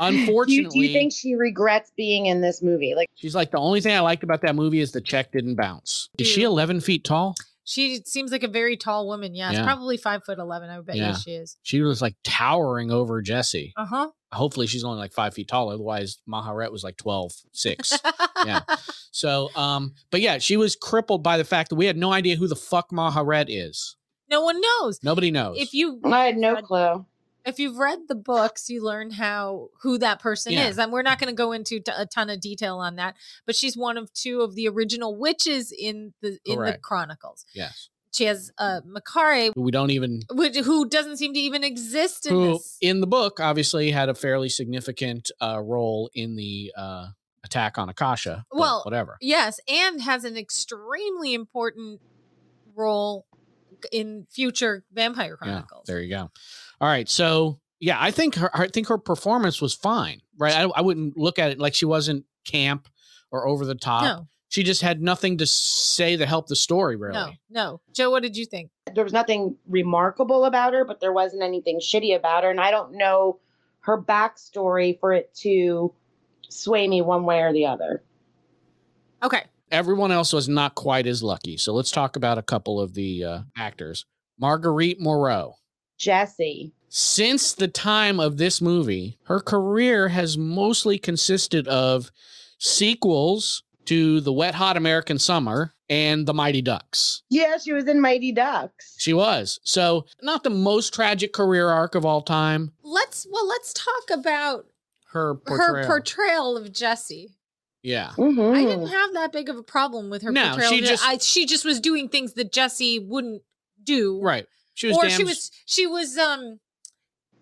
unfortunately, Do you, do you think she regrets being in this movie? Like, She's like, the only thing I liked about that movie is the check didn't bounce. Is she Dude. 11 feet tall? she seems like a very tall woman. Yes, Yeah. probably five foot 11. I would bet Yeah. you she is. She was like towering over Jesse. Uh huh. Hopefully, she's only like five feet tall. Otherwise, Maharet was like 12, six. Yeah. so, um, but yeah, she was crippled by the fact that we had no idea who the fuck Maharet is. No one knows. Nobody knows. If you I had no Fred- clue. if you've read the books, you learn how who that person Yeah. is, and we're not going to go into t- a ton of detail on that. But she's one of two of the original witches in the in the Correct. chronicles. yes. She has uh, Makare, Who we don't even, which, who doesn't seem to even exist in who this. in the book obviously had a fairly significant uh, role in the uh, attack on Akasha. but Well, whatever. yes, and has an extremely important role in future Vampire Chronicles. Yeah, there you go. All right, so yeah, I think her I think her performance was fine, right? I, I wouldn't look at it like she wasn't camp or over the top. no, She just had nothing to say to help the story, really. no, no. Joe, what did you think? There was nothing remarkable about her, but there wasn't anything shitty about her. And I don't know her backstory for it to sway me one way or the other. Okay, Everyone else was not quite as lucky. So let's talk about a couple of the uh, actors. Marguerite Moreau. Jesse. Since the time of this movie, her career has mostly consisted of sequels to The Wet Hot American Summer and The Mighty Ducks. Yeah, she was in Mighty Ducks. She was. So, not the most tragic career arc of all time. let's well let's talk about Her portrayal. her portrayal of Jesse. yeah. Mhm. I didn't have that big of a problem with her No, portrayal. she She just, just- I, she just was doing things that Jesse wouldn't do. Right. She was or damn she was she was um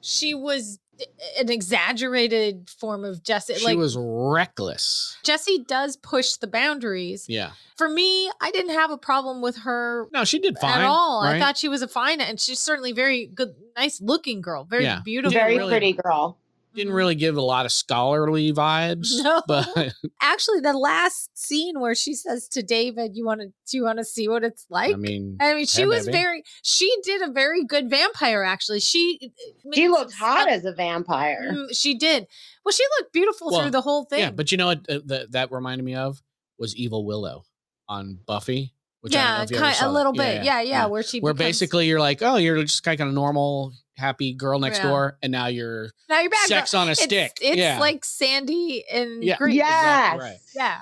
she was eh, an exaggerated form of Jesse. she like was reckless. Jesse does push the boundaries. Yeah. For me, I didn't have a problem with her No, she did fine. at all. I right? thought she was a fine and she's certainly very good nice looking girl, very Yeah. beautiful. Very really- pretty girl. didn't really give a lot of scholarly vibes. Mm-hmm. No. But Actually, the last scene where she says to David, "You want to do you want to see what it's like?" I mean, I mean, she Yeah, was baby. very. She did a very good vampire, actually. She She looked hot as a vampire. Mm, She did. Well, she looked beautiful Well, through the whole thing. yeah, but you know what uh, that that reminded me of was Evil Willow on Buffy Which I don't know yeah, if you ever kind, saw a that. little bit. Yeah, yeah, where she Where becomes- basically you're like, oh, you're just kind of a normal, happy girl next Yeah. door, and now you're now you're back. sex on a it's, stick. It's yeah. like Sandy and Yeah. Green. Yes. right. Yeah.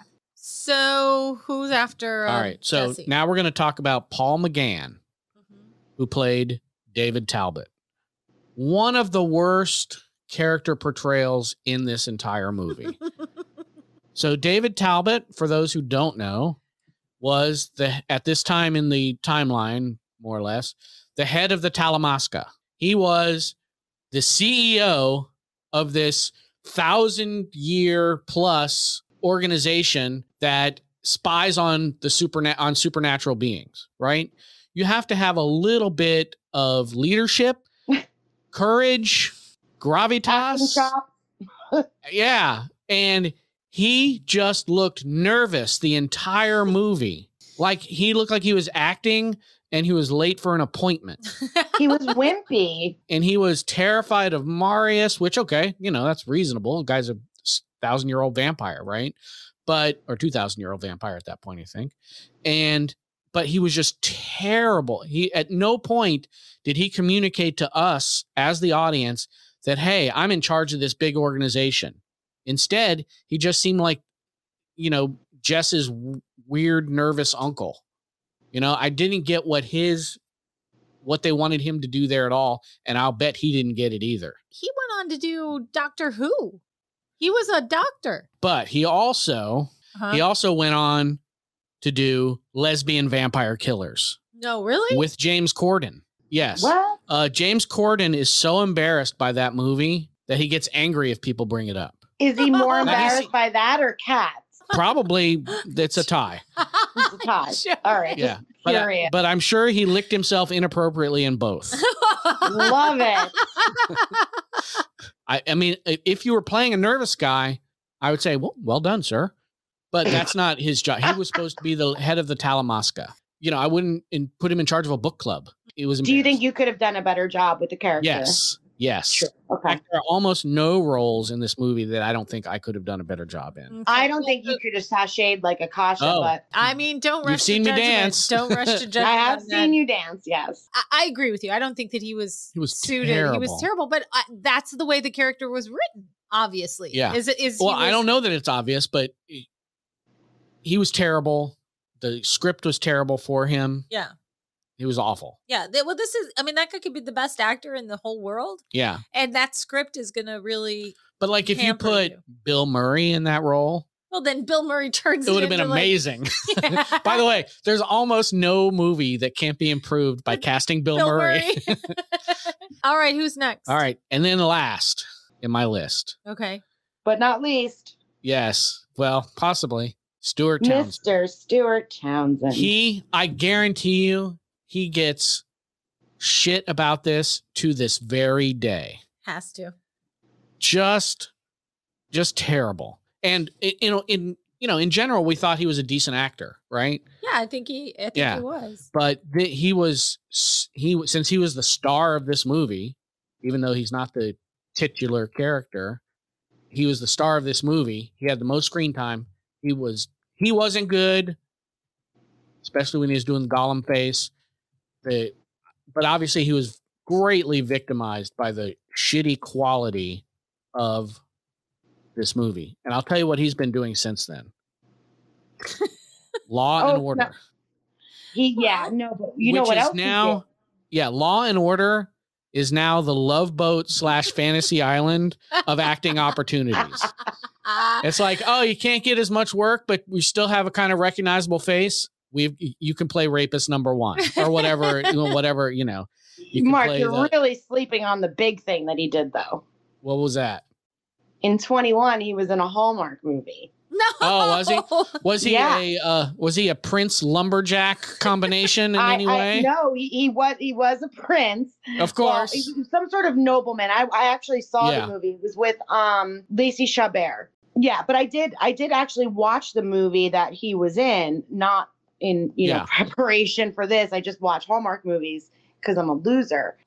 So who's after? All um, right. So Jesse? now we're going to talk about Paul McGann, Mhm. who played David Talbot. One of the worst character portrayals in this entire Mm-hmm. movie. so David Talbot, for those who don't know, was the at this time in the timeline, more or less, the head of the Talamasca. He was the CEO of this thousand year plus organization that spies on the superna- on supernatural beings, right? You have to have a little bit of leadership, courage, gravitas. Chop. Yeah. And he just looked nervous the entire movie. Like he looked like he was acting and he was late for an appointment. He was wimpy. And he was terrified of Marius, which, okay, you know, that's reasonable. The guy's a thousand year old vampire, right? But, or 2,000 year old vampire at that point, I think. And, but he was just terrible. He, at no point did he communicate to us as the audience that, hey, I'm in charge of this big organization. Instead, he just seemed like, you know, Jess's w- weird, nervous uncle. You know, I didn't get what his, what they wanted him to do there at all. And I'll bet he didn't get it either. he went on to do Doctor Who. He was a doctor. But he also, Huh? he also went on to do Lesbian Vampire Killers no, really? with James Corden. Yes. What? Uh, James Corden is so embarrassed by that movie that he gets angry if people bring it up. Is he Now, more he's- embarrassed by that or cats? Probably it's a tie. It's a tie. Sure. All right. Yeah. just But, uh, I, Curious. but I'm sure he licked himself inappropriately in both. Love it. I, I mean, i- if you were playing a nervous guy, I would say, well, well done, sir. But that's not his job. He was supposed to be the head of the Talamasca. You know, I wouldn't in, put him in charge of a book club. It was. Do you think embarrassing. you could have done a better job with the character? Yes. Yes. Sure. In Okay. fact, there are almost no roles in this movie that I don't think I could have done a better job in. I don't think you could have sashayed like Akasha, Oh. but I mean, don't You've rush. seen to me judgment. dance. Don't rush to judgment. I have on seen that. you dance. Yes. I, I agree with you. I don't think that he was He was suited. He was terrible. terrible, but I, that's the way the character was written. Obviously, Yeah. Is it is? he Well, I was- don't know that it's obvious, but he- he was terrible. The script was terrible for him. Yeah, He was awful. yeah. Th- Well, this is. I mean, that guy could be the best actor in the whole world, Yeah. and that script is going to really. But like if you Hamper put you. Bill Murray in that role, Well, then Bill Murray turns. it would have been amazing. By the way, there's almost no movie that can't be improved by casting Bill, Murray. All right, who's next? All right. And then last in my list. Okay. But not least, Yes. Well, possibly Stuart Townsend. Mr. Stuart Townsend. He, I guarantee you, he gets shit about this to this very day. Has to. Just, just terrible. And i- you know, in you know, in general, we thought he was a decent actor, right? Yeah, I think he. I think Yeah. he was. But th- he was s- he was- since he was the star of this movie, even though he's not the titular character, he was the star of this movie. He had the most screen time. He was he wasn't good, especially when he was doing the Gollum face. The but obviously he was greatly victimized by the shitty quality of this movie. And I'll tell you what he's been doing since then. Law Oh, and no. Order He, yeah, no, but you know which what is else? he now yeah law and order is now the love boat slash fantasy island of acting opportunities Ah, it's like oh you can't get as much work but we still have a kind of recognizable face we've you can play rapist number one or whatever you know, whatever you know did? you can Mark, play you're the- really sleeping on the big thing that he did, though. what was that In 21, he was in a Hallmark movie. no. Oh, was he? was he Yeah. a uh, was he a prince lumberjack combination in I, any I- way no, he, he was he was a prince, of Well, course he was some sort of nobleman. I, I actually saw Yeah. the movie. It was with um Lacey Chabert. Yeah, but I did I did actually watch the movie that he was in, not in you Yeah. know preparation for this. I just watch Hallmark movies because I'm a loser.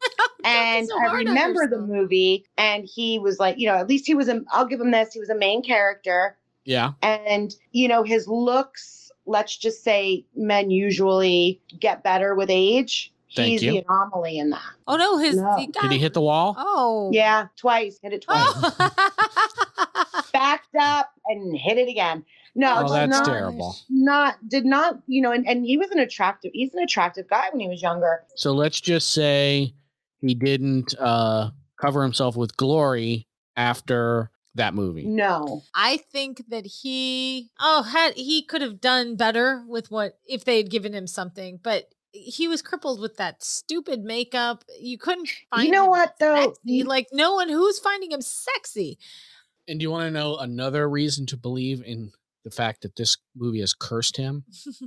and so I hard on remember the yourself. movie, and he was like, you know, at least he was. A, I'll give him this. He was a main character, yeah and you know his looks let's just say men usually get better with age. Thank He's you. the anomaly in that. Oh no, his No. the guy. Did he hit the wall? Oh Yeah, twice. Hit it twice. Oh. Backed up and hit it again. No, Oh, Oh, it's that's not, terrible. not did not, you know, and, and he was an attractive he's an attractive guy when he was younger. So let's just say he didn't uh, cover himself with glory after that movie. No. I think that he oh had he could have done better with what if they had given him something, but he was crippled with that stupid makeup. You couldn't find you know him what though? sexy. Like no one who's finding him sexy. And do you want to know another reason to believe in the fact that this movie has cursed him? do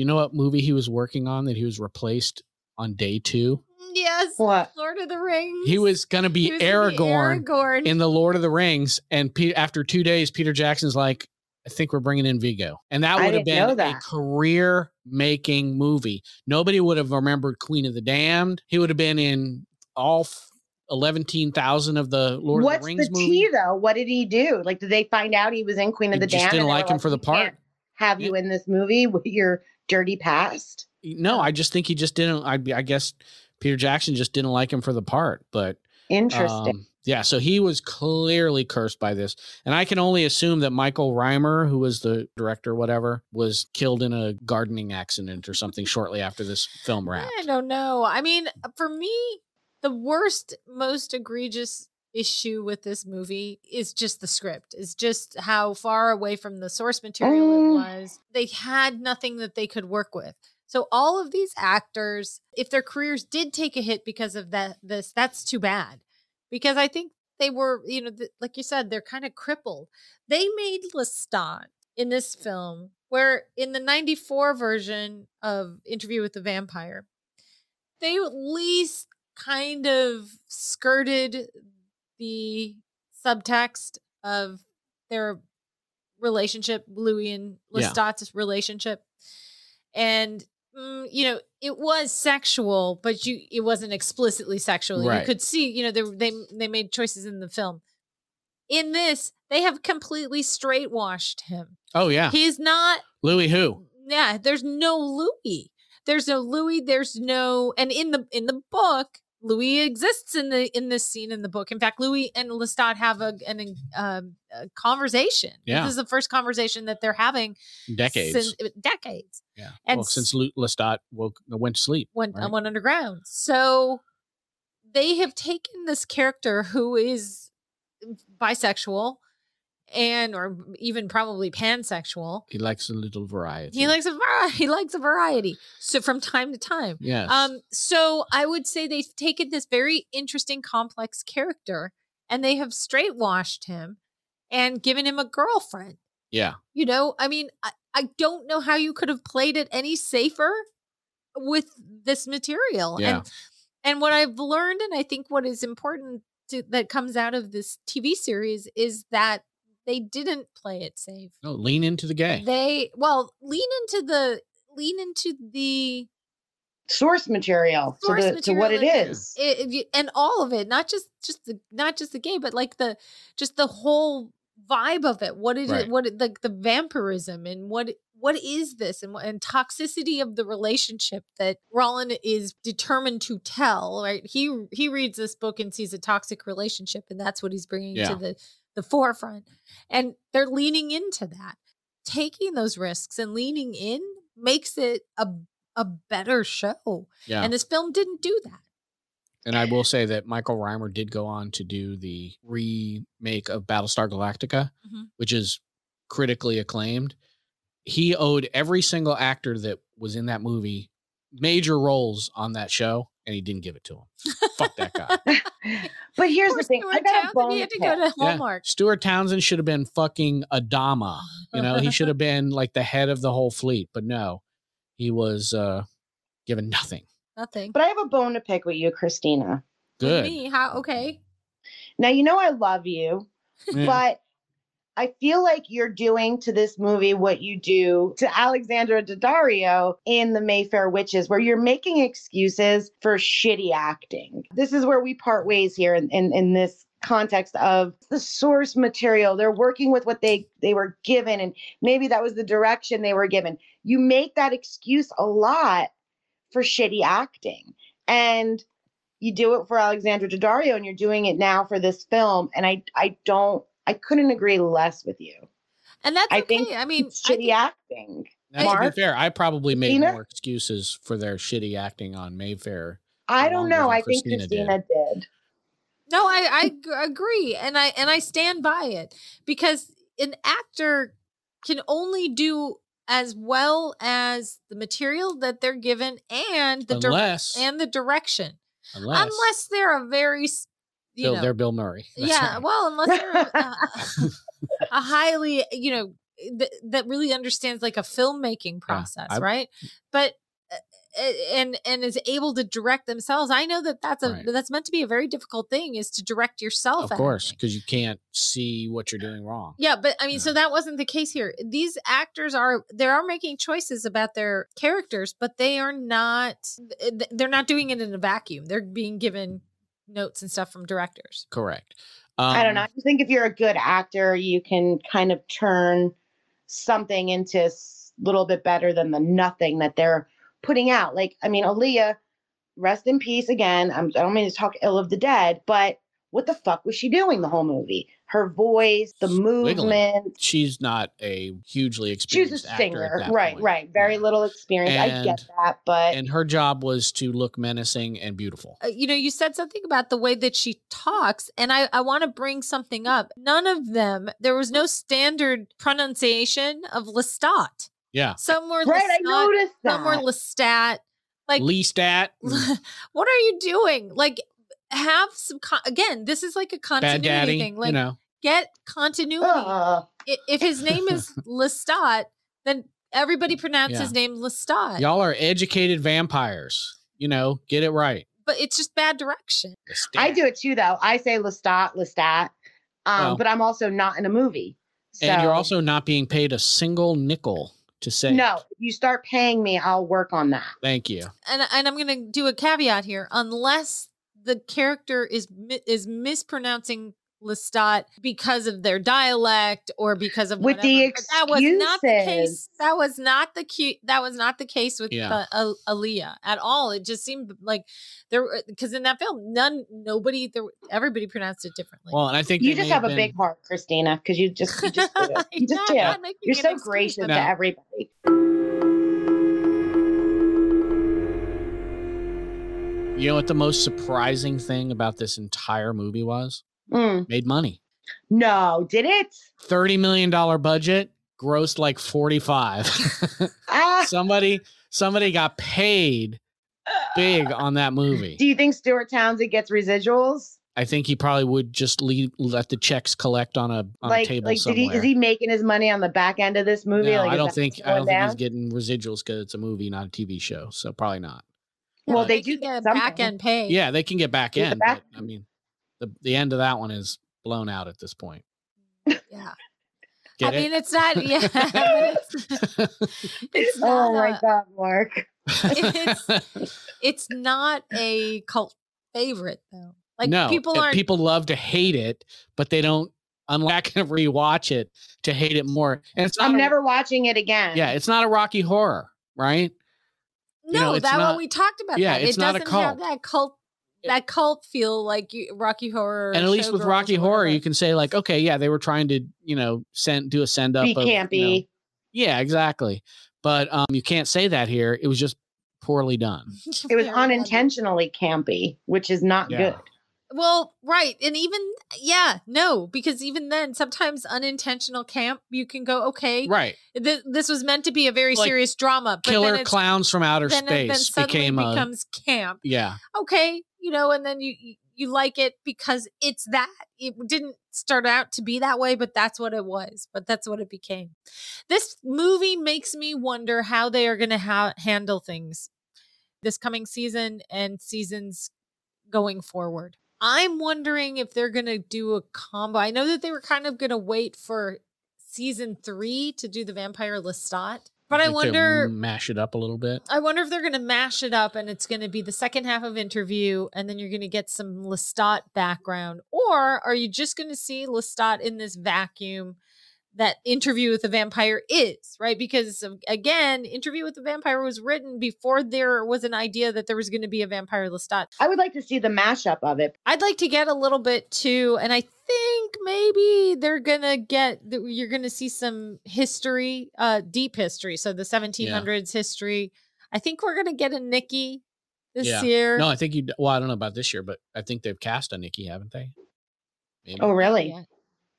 you know what movie he was working on that he was replaced on day two? Mm, Yes. What? Lord of the Rings. He was going to be He was gonna be Aragorn Aragorn. in the Lord of the Rings, and Pe- after two days, Peter Jackson's like, "I think we're bringing in Vigo," and that I would have didn't know been a that. career-making movie. Nobody would have remembered Queen of the Damned. He would have been in all f- eleventeen thousand of the Lord What's of the Rings the movie. tea though? What did he do? Like did they find out he was in Queen of They the just Damned? didn't and they were like him for the "We can't part." Have Yeah. you in this movie with your dirty past? No, I just think he just didn't. I, I guess Peter Jackson just didn't like him for the part, but Interesting. Um, yeah, so he was clearly cursed by this. And I can only assume that Michael Reimer, who was the director, whatever, was killed in a gardening accident or something shortly after this film wrapped. I don't know. I mean, uh, for me, the worst, most egregious issue with this movie is just the script, is just how far away from the source material Mm. it was. They had nothing that they could work with. So all of these actors, if their careers did take a hit because of that this, that's too bad. Because I think they were, you know, th- like you said, they're kind of crippled. They made Lestat in this film, where in the 94 version of Interview with the Vampire, they at least kind of skirted the subtext of their relationship, Louis and Yeah. Lestat's relationship. And mm, you know, it was sexual, but you it wasn't explicitly sexual. Right. You could see, you know, they they they made choices in the film. In this, they have completely straight washed him. Oh, yeah. He's not Louis, who? yeah there's no louis there's no louis there's no and in the in the book louis exists in the in this scene in the book in fact louis and lestat have a an um, a conversation Yeah. this is the first conversation that they're having Decades. since decades yeah. and well, since Lu- Lestat woke, went to sleep. went right? went underground so they have taken this character who is bisexual and or even probably pansexual He likes a little variety. He likes a var- he likes a variety. So from time to time. Yes. Um so I would say they've taken this very interesting complex character and they have straight washed him and given him a girlfriend. yeah. You know, I mean I, I don't know how you could have played it any safer with this material. Yeah. And and what I've learned and I think what is important to, that comes out of this TV series is that they didn't play it safe No, lean into the gay. they well lean into the lean into the source material Source to the to what it material and- is. it, it- you- and all of it not just just the not just the gay but like the just the whole vibe of it what is Right. it what it- like the vampirism and what what is this and what and toxicity of the relationship that Rollin is determined to tell right he he reads this book and sees a toxic relationship and that's what he's bringing Yeah. to the the forefront and they're leaning into that taking those risks and leaning in makes it a a better show Yeah. and this film didn't do that And I will say that Michael Reimer did go on to do the remake of Battlestar Galactica, Mhm. which is critically acclaimed. He owed every single actor that was in that movie major roles on that show, and he didn't give it to him. Fuck that guy. But here's the course, thing: they were I got a talented, bone he to had to pick. go to Yeah. Hallmark. Stuart Townsend should have been fucking Adama. You know, he should have been like the head of the whole fleet, but no, he was uh given nothing. Nothing. But I have a bone to pick with you, Christina. With Good. Me, how? Okay. Now you know I love you, Yeah. but I feel like you're doing to this movie what you do to Alexandra Daddario in The Mayfair Witches, where you're making excuses for shitty acting. This is where we part ways here in, in, in this context of the source material. They're working with what they, they were given, and maybe that was the direction they were given. You make that excuse a lot for shitty acting. And you do it for Alexandra Daddario and you're doing it now for this film. And I I don't I couldn't agree less with you. And that's I okay. think I mean, It's I shitty think- acting. Now, to Mark? be fair, I probably made Christina? more excuses for their shitty acting on Mayfair. I longer don't know. than I think Christina Christina, did. did. No, I, I g- agree, and I and I stand by it because an actor can only do as well as the material that they're given and the dir- unless, and the direction, unless, unless they're a very, s- you Bill, know, they're Bill Murray. That's yeah, right. well, unless they're a, a highly, you know, th- that really understands like a filmmaking process, Uh, I- right? But uh, and and is able to direct themselves. I know that that's a Right. that's meant to be a very difficult thing is to direct yourself. Oh, of at course, everything. because you can't see what you're doing wrong. Yeah, but I mean, Yeah. so that wasn't the case here. These actors are they are making choices about their characters, but they are not th- they're not doing it in a vacuum. They're being given notes and stuff from directors. Correct. Um, I don't know. I just think if you're a good actor, you can kind of turn something into a little bit better than the nothing that they're putting out. Like, I mean, Aaliyah, rest in peace again. I'm, I don't mean to talk ill of the dead, but what the fuck was she doing the whole movie? Her voice, the Wiggling. movement. She's not a hugely She was experienced a actor. at singer. that Right, point. right. Very Yeah. little experience. I get And- that, but And her job was to look menacing and beautiful. Uh, you know, you said something about the way that she talks, and I I want to bring something up. None of them there was no standard pronunciation of Lestat. Yeah. Some were right, Lestat, I noticed that. some were Lestat. Like- Lee Stat, what are you doing? Like have some con- again. This is like a Bad continuity Daddy, thing. Like you know. get continuity. Ugh. I- if his name is Lestat, then everybody pronounces Yeah. his name Lestat. Y'all are educated vampires. You know, get it right. But it's just bad direction. I Lestat. do it too, though. I say Lestat, Lestat, um, Well. but I'm also not in a movie. So, And you're also not being paid a single nickel to say no. it. If you start paying me, I'll work on that. Thank you. And and I'm gonna do a caveat here. Unless the character is mi- is mispronouncing Lestat because of their dialect or because of With the whatever. But that was not the case. excuses. That was not the cu- That was not the case with Yeah. uh, Al- Aaliyah at all. It just seemed like there because in that film, none, nobody, there, everybody pronounced it differently. Well, and I think You they just may have a been- big heart, Christina, because you just you just do. I it. You just know, do. I'm not making You're an so excuse, gracious but No. to everybody. You know what the most surprising thing about this entire movie was? Mm. Made money. No, did it? $30 million budget, grossed like 45. Ah, somebody somebody got paid big on that movie. do you think Stuart Townsend gets residuals? I think he probably would just leave, let the checks collect on a on a like, table like, did he, somewhere. is he making his money on the back end of this movie? no, like, I is don't that think what's I don't going think he's down? getting residuals because it's a movie, not a TV show. So probably not. Yeah, Well, but they can do get get something. back end pay. Yeah, they can get back Get the in. back but, I mean, the the end of that one is blown out at this point. yeah. I Get it? mean, it's not. Yeah, but it's, it's not. uh, Oh my a, God, Mark. it's- it's not a cult favorite though. Like no, people uh, aren't. people love to hate it, but they don't unlike and rewatch it to hate it more. And it's not I'm a- never watching it again. Yeah, it's not a Rocky horror, right? no, know, it's that not- when we talked about yeah, that, it's it not a doesn't cult. have that cult. It- That cult feel like you, Rocky Horror, or and at least with Showgirls Rocky or Horror, whatever. you can say like, okay, yeah, they were trying to, you know, send do a send up. Be of, you know- campy. yeah, exactly. But um, you can't say that here. It was just poorly done. It was Very odd. unintentionally campy, which is not Yeah. good. Well, right, and even yeah, no, because even then, sometimes unintentional camp, you can go okay. Right. Th- this was meant to be a very Like, serious drama, but then Killer it's clowns from outer then, it- then space suddenly became a becomes camp. yeah. Okay, you know, and then you you- you like it because it's that. It didn't start out to be that way, but that's what it was. But that's what it became. This movie makes me wonder how they are going to ha- handle things this coming season and seasons going forward. I'm wondering if they're going to do a combo. I know that they were kind of going to wait for season three to do the vampire Lestat, but Like I to wonder. mash it up a little bit. I wonder if they're going to mash it up and it's going to be the second half of interview and then you're going to get some Lestat background. Or are you just going to see Lestat in this vacuum that interview with the vampire is, right? Because um, again, interview with the vampire was written before there was an idea that there was going to be a vampire Lestat. I would like to see the mashup of it. I'd like to get a little bit too, and I think maybe they're gonna get you're gonna see some history, uh, deep history. So the 1700s history. I think we're gonna get a Nikki this Yeah. year. No, I think you. Well, I don't know about this year, but I think they've cast a Nikki, haven't they? Maybe. Oh, really? Yeah.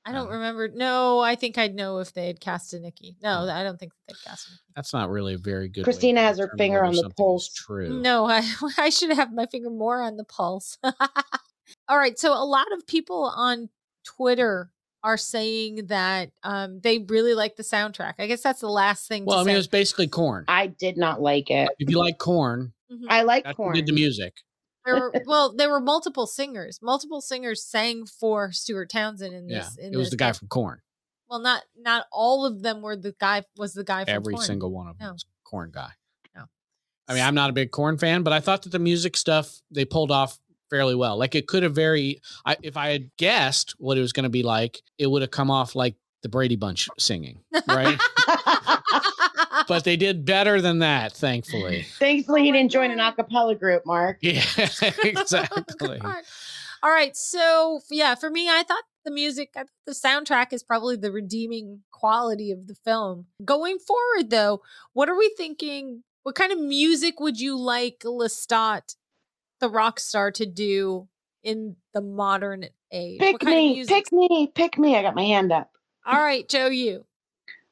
I don't Um, remember. No, I think I'd know if they had cast a Nikki. No, I don't think they cast a Nikki. That's not really a very good. way to Christina has her determine finger whether on the something is pulse. True. No, I, I should have my finger more on the pulse. All right. So, a lot of people on Twitter are saying that um, they really like the soundtrack. I guess that's the last thing. Well, to I mean, say. it's basically corn. I did not like it. If you like corn, Mhm. I like that's who corn. did the music. there were, well, there were multiple singers. Multiple singers sang for Stuart Townsend in Yeah, this. in it was this the guy thing. from Corn. well, not not all of them were the guy. Was the guy from Every Korn. single one of them No. was Corn guy. No. I mean, I'm not a big Corn fan, but I thought that the music stuff they pulled off fairly well. Like it could have very, I, if I had guessed what it was going to be like, it would have come off like the Brady Bunch singing, right? but they did better than that, thankfully. Thankfully, Oh he my didn't join an God. acapella group, Mark. Yeah, exactly. God. Oh, All right. So, f- yeah, for me, I thought the music, I thought the soundtrack is probably the redeeming quality of the film. Going forward, though, what are we thinking? What kind of music would you like Lestat, the rock star, to do in the modern age? What Pick kind of me, music? pick me, pick me. I got my hand up. All right, Joe, you.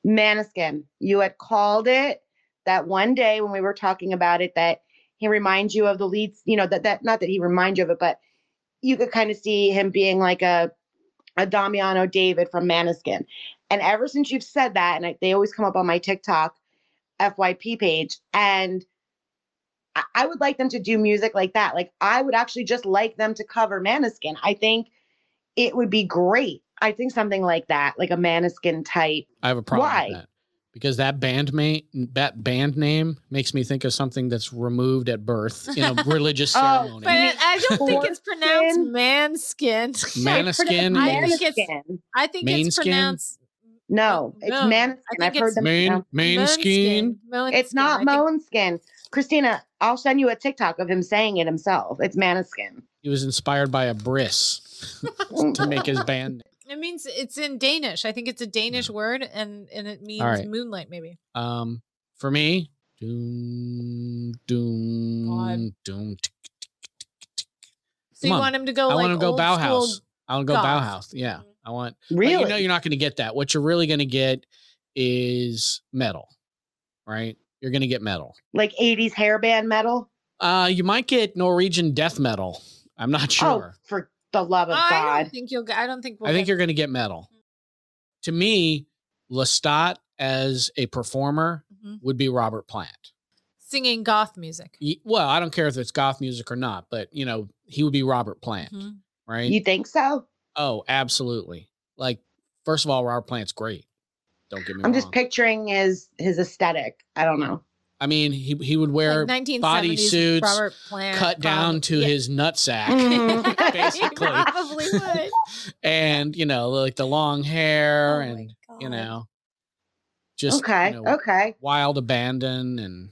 Maniskin, you had called it that one day when we were talking about it that he reminds you of the leads, you know, that that not that he reminds you of it, but you could kind of see him being like a a Damiano David from Maniskin. And ever since you've said that, and I, they always come up on my TikTok FYP page, and I, I would like them to do music like that. Like I would actually just like them to cover Maniskin. I think it would be great. I think something like that, like a Maniskin type. I have a problem Why? with that because that band mate, that band name makes me think of something that's removed at birth in a religious Oh, ceremony. But I don't think it's pronounced Porcelain. manskin. Maniskin I is think it's- Maniskin. I think Main it's skin? pronounced No, it's No, I maniskin. think I've it's heard them. main pronounce- main skin. Manskin. It's not Manskin. I think- moan skin. Christina, I'll send you a TikTok of him saying it himself. It's maniskin. He was inspired by a bris to make his band. It means it's in Danish. I think it's a Danish word, and and it means Mm. right. moonlight. Maybe Um, for me, doom, doom, doom. tick, tick, tick, tick. so. Come you on. want him to go? I like want to go old Bauhaus. school- I want to go goth. Bauhaus. Yeah, I want. but really? you know, you're not going to get that. What you're really going to get is metal, right? You're going to get metal. like 80s hairband metal? Uh, you might get Norwegian death metal. I'm not sure. Oh, for the love of I don't God. think you'll. go- I don't think. We'll I think get- you're going to get metal. To me, Lestat as a performer Mhm. would be Robert Plant. singing goth music. He- well, I don't care if it's goth music or not, but you know, he would be Robert Plant, Mhm. right? Mm-hmm. You think so? oh, absolutely. Like, first of all, Robert Plant's great. Don't get me I'm wrong. just picturing his his aesthetic. I don't know. I mean, he he would wear Like 1970s bodysuits Robert Plant, cut down prob- to Yeah. his nutsack, Mm. He basically. probably would. and you know, like the long Oh hair, my and you God. know, just you okay. know, Okay. wild abandon and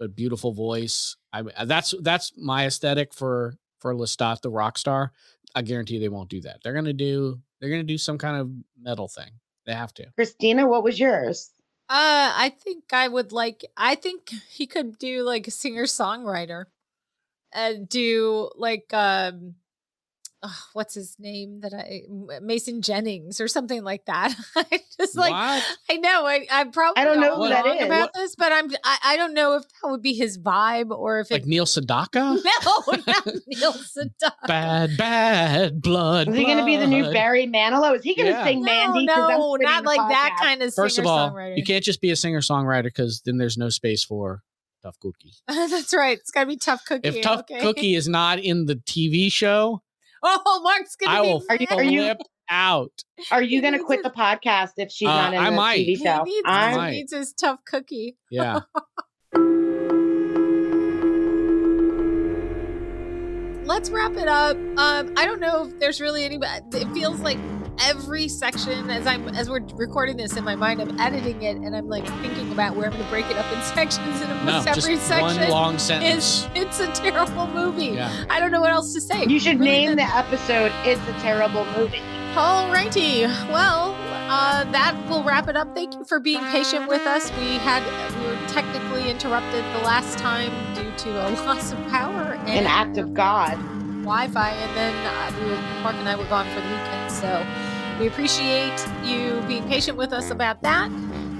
a beautiful voice. I mean, that's that's my aesthetic for for Lestat the rock star. I guarantee they won't do that. They're gonna do they're gonna do some kind of metal thing. They have to. Christina, what was yours? Uh, I think I would like. I think he could do like a singer songwriter, and do like um, ugh, what's his name that I M- Mason Jennings or something like that. I just like what? I know I I'm probably don't know all who that wrong is. about What- this, but I'm I, I don't know if that would be his vibe or if Like it. Neil Sedaka? no, not Neil Sedaka. bad, bad blood. Is he going to be the new blood. Barry Manilow? Is he going to Yeah. sing Mandy? 'Cause I'm No, no, quitting not the like that podcast. kind of singer First of all, songwriter. you can't just be a singer songwriter because then there's no space for Tough Cookie. That's right. It's got to be tough cookie. If Tough okay? Cookie is not in the TV show, Oh, Mark's gonna I be. will mad. Are you- are you- flip out. Are you going to quit the podcast if she's Uh, not in I the might. TV He show? needs, I he might. needs his tough cookie. Yeah. Let's wrap it up. Um, I don't know if there's really any. but It feels like every section as I'm as we're recording this in my mind, I'm editing it and I'm like thinking about where I'm going to break it up in sections and No, almost just every one section long is sentence. it's a terrible movie. Yeah. I don't know what else to say. You should Really name good. the episode It's a Terrible Movie. Alrighty. Well, uh, that will wrap it up. Thank you for being patient with us. We had we were technically interrupted the last time due to a loss of power An and act of God. Wi-Fi, and then uh, we were, Mark and I were gone for the weekend. So we appreciate you being patient with us about that.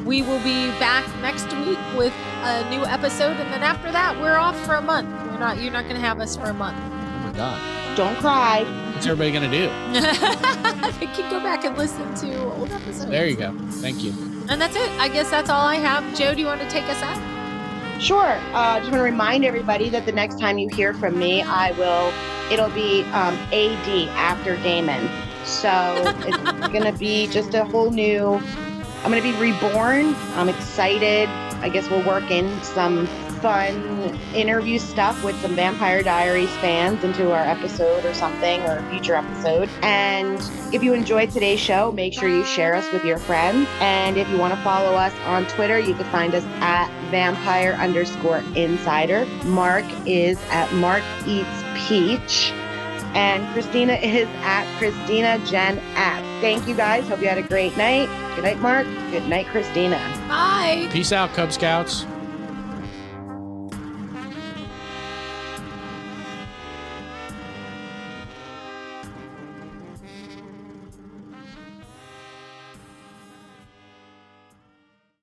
We will be back next week with a new episode, and then after that, we're off for a month. We're not you're not going to have us for a month. Oh my god. Don't cry. What's everybody gonna do? they can go back and listen to old episodes. There you go. Thank you. And that's it. I guess that's all I have. Joe, do you want to take us out? Sure. Uh, just want to remind everybody that the next time you hear from me, I will. It'll be um, AD after Damon. So it's gonna be just a whole new. I'm gonna be reborn. I'm excited. I guess we'll work in some fun interview stuff with some Vampire Diaries fans into our episode or something or a future episode. And if you enjoyed today's show, make sure you share us with your friends. And if you want to follow us on Twitter, you can find us at vampire underscore insider. Mark is at Mark Eats Peach. And Christina is at Christina Jen F. Thank you guys. Hope you had a great night. Good night, Mark. Good night, Christina. Bye. Peace out, Cub Scouts.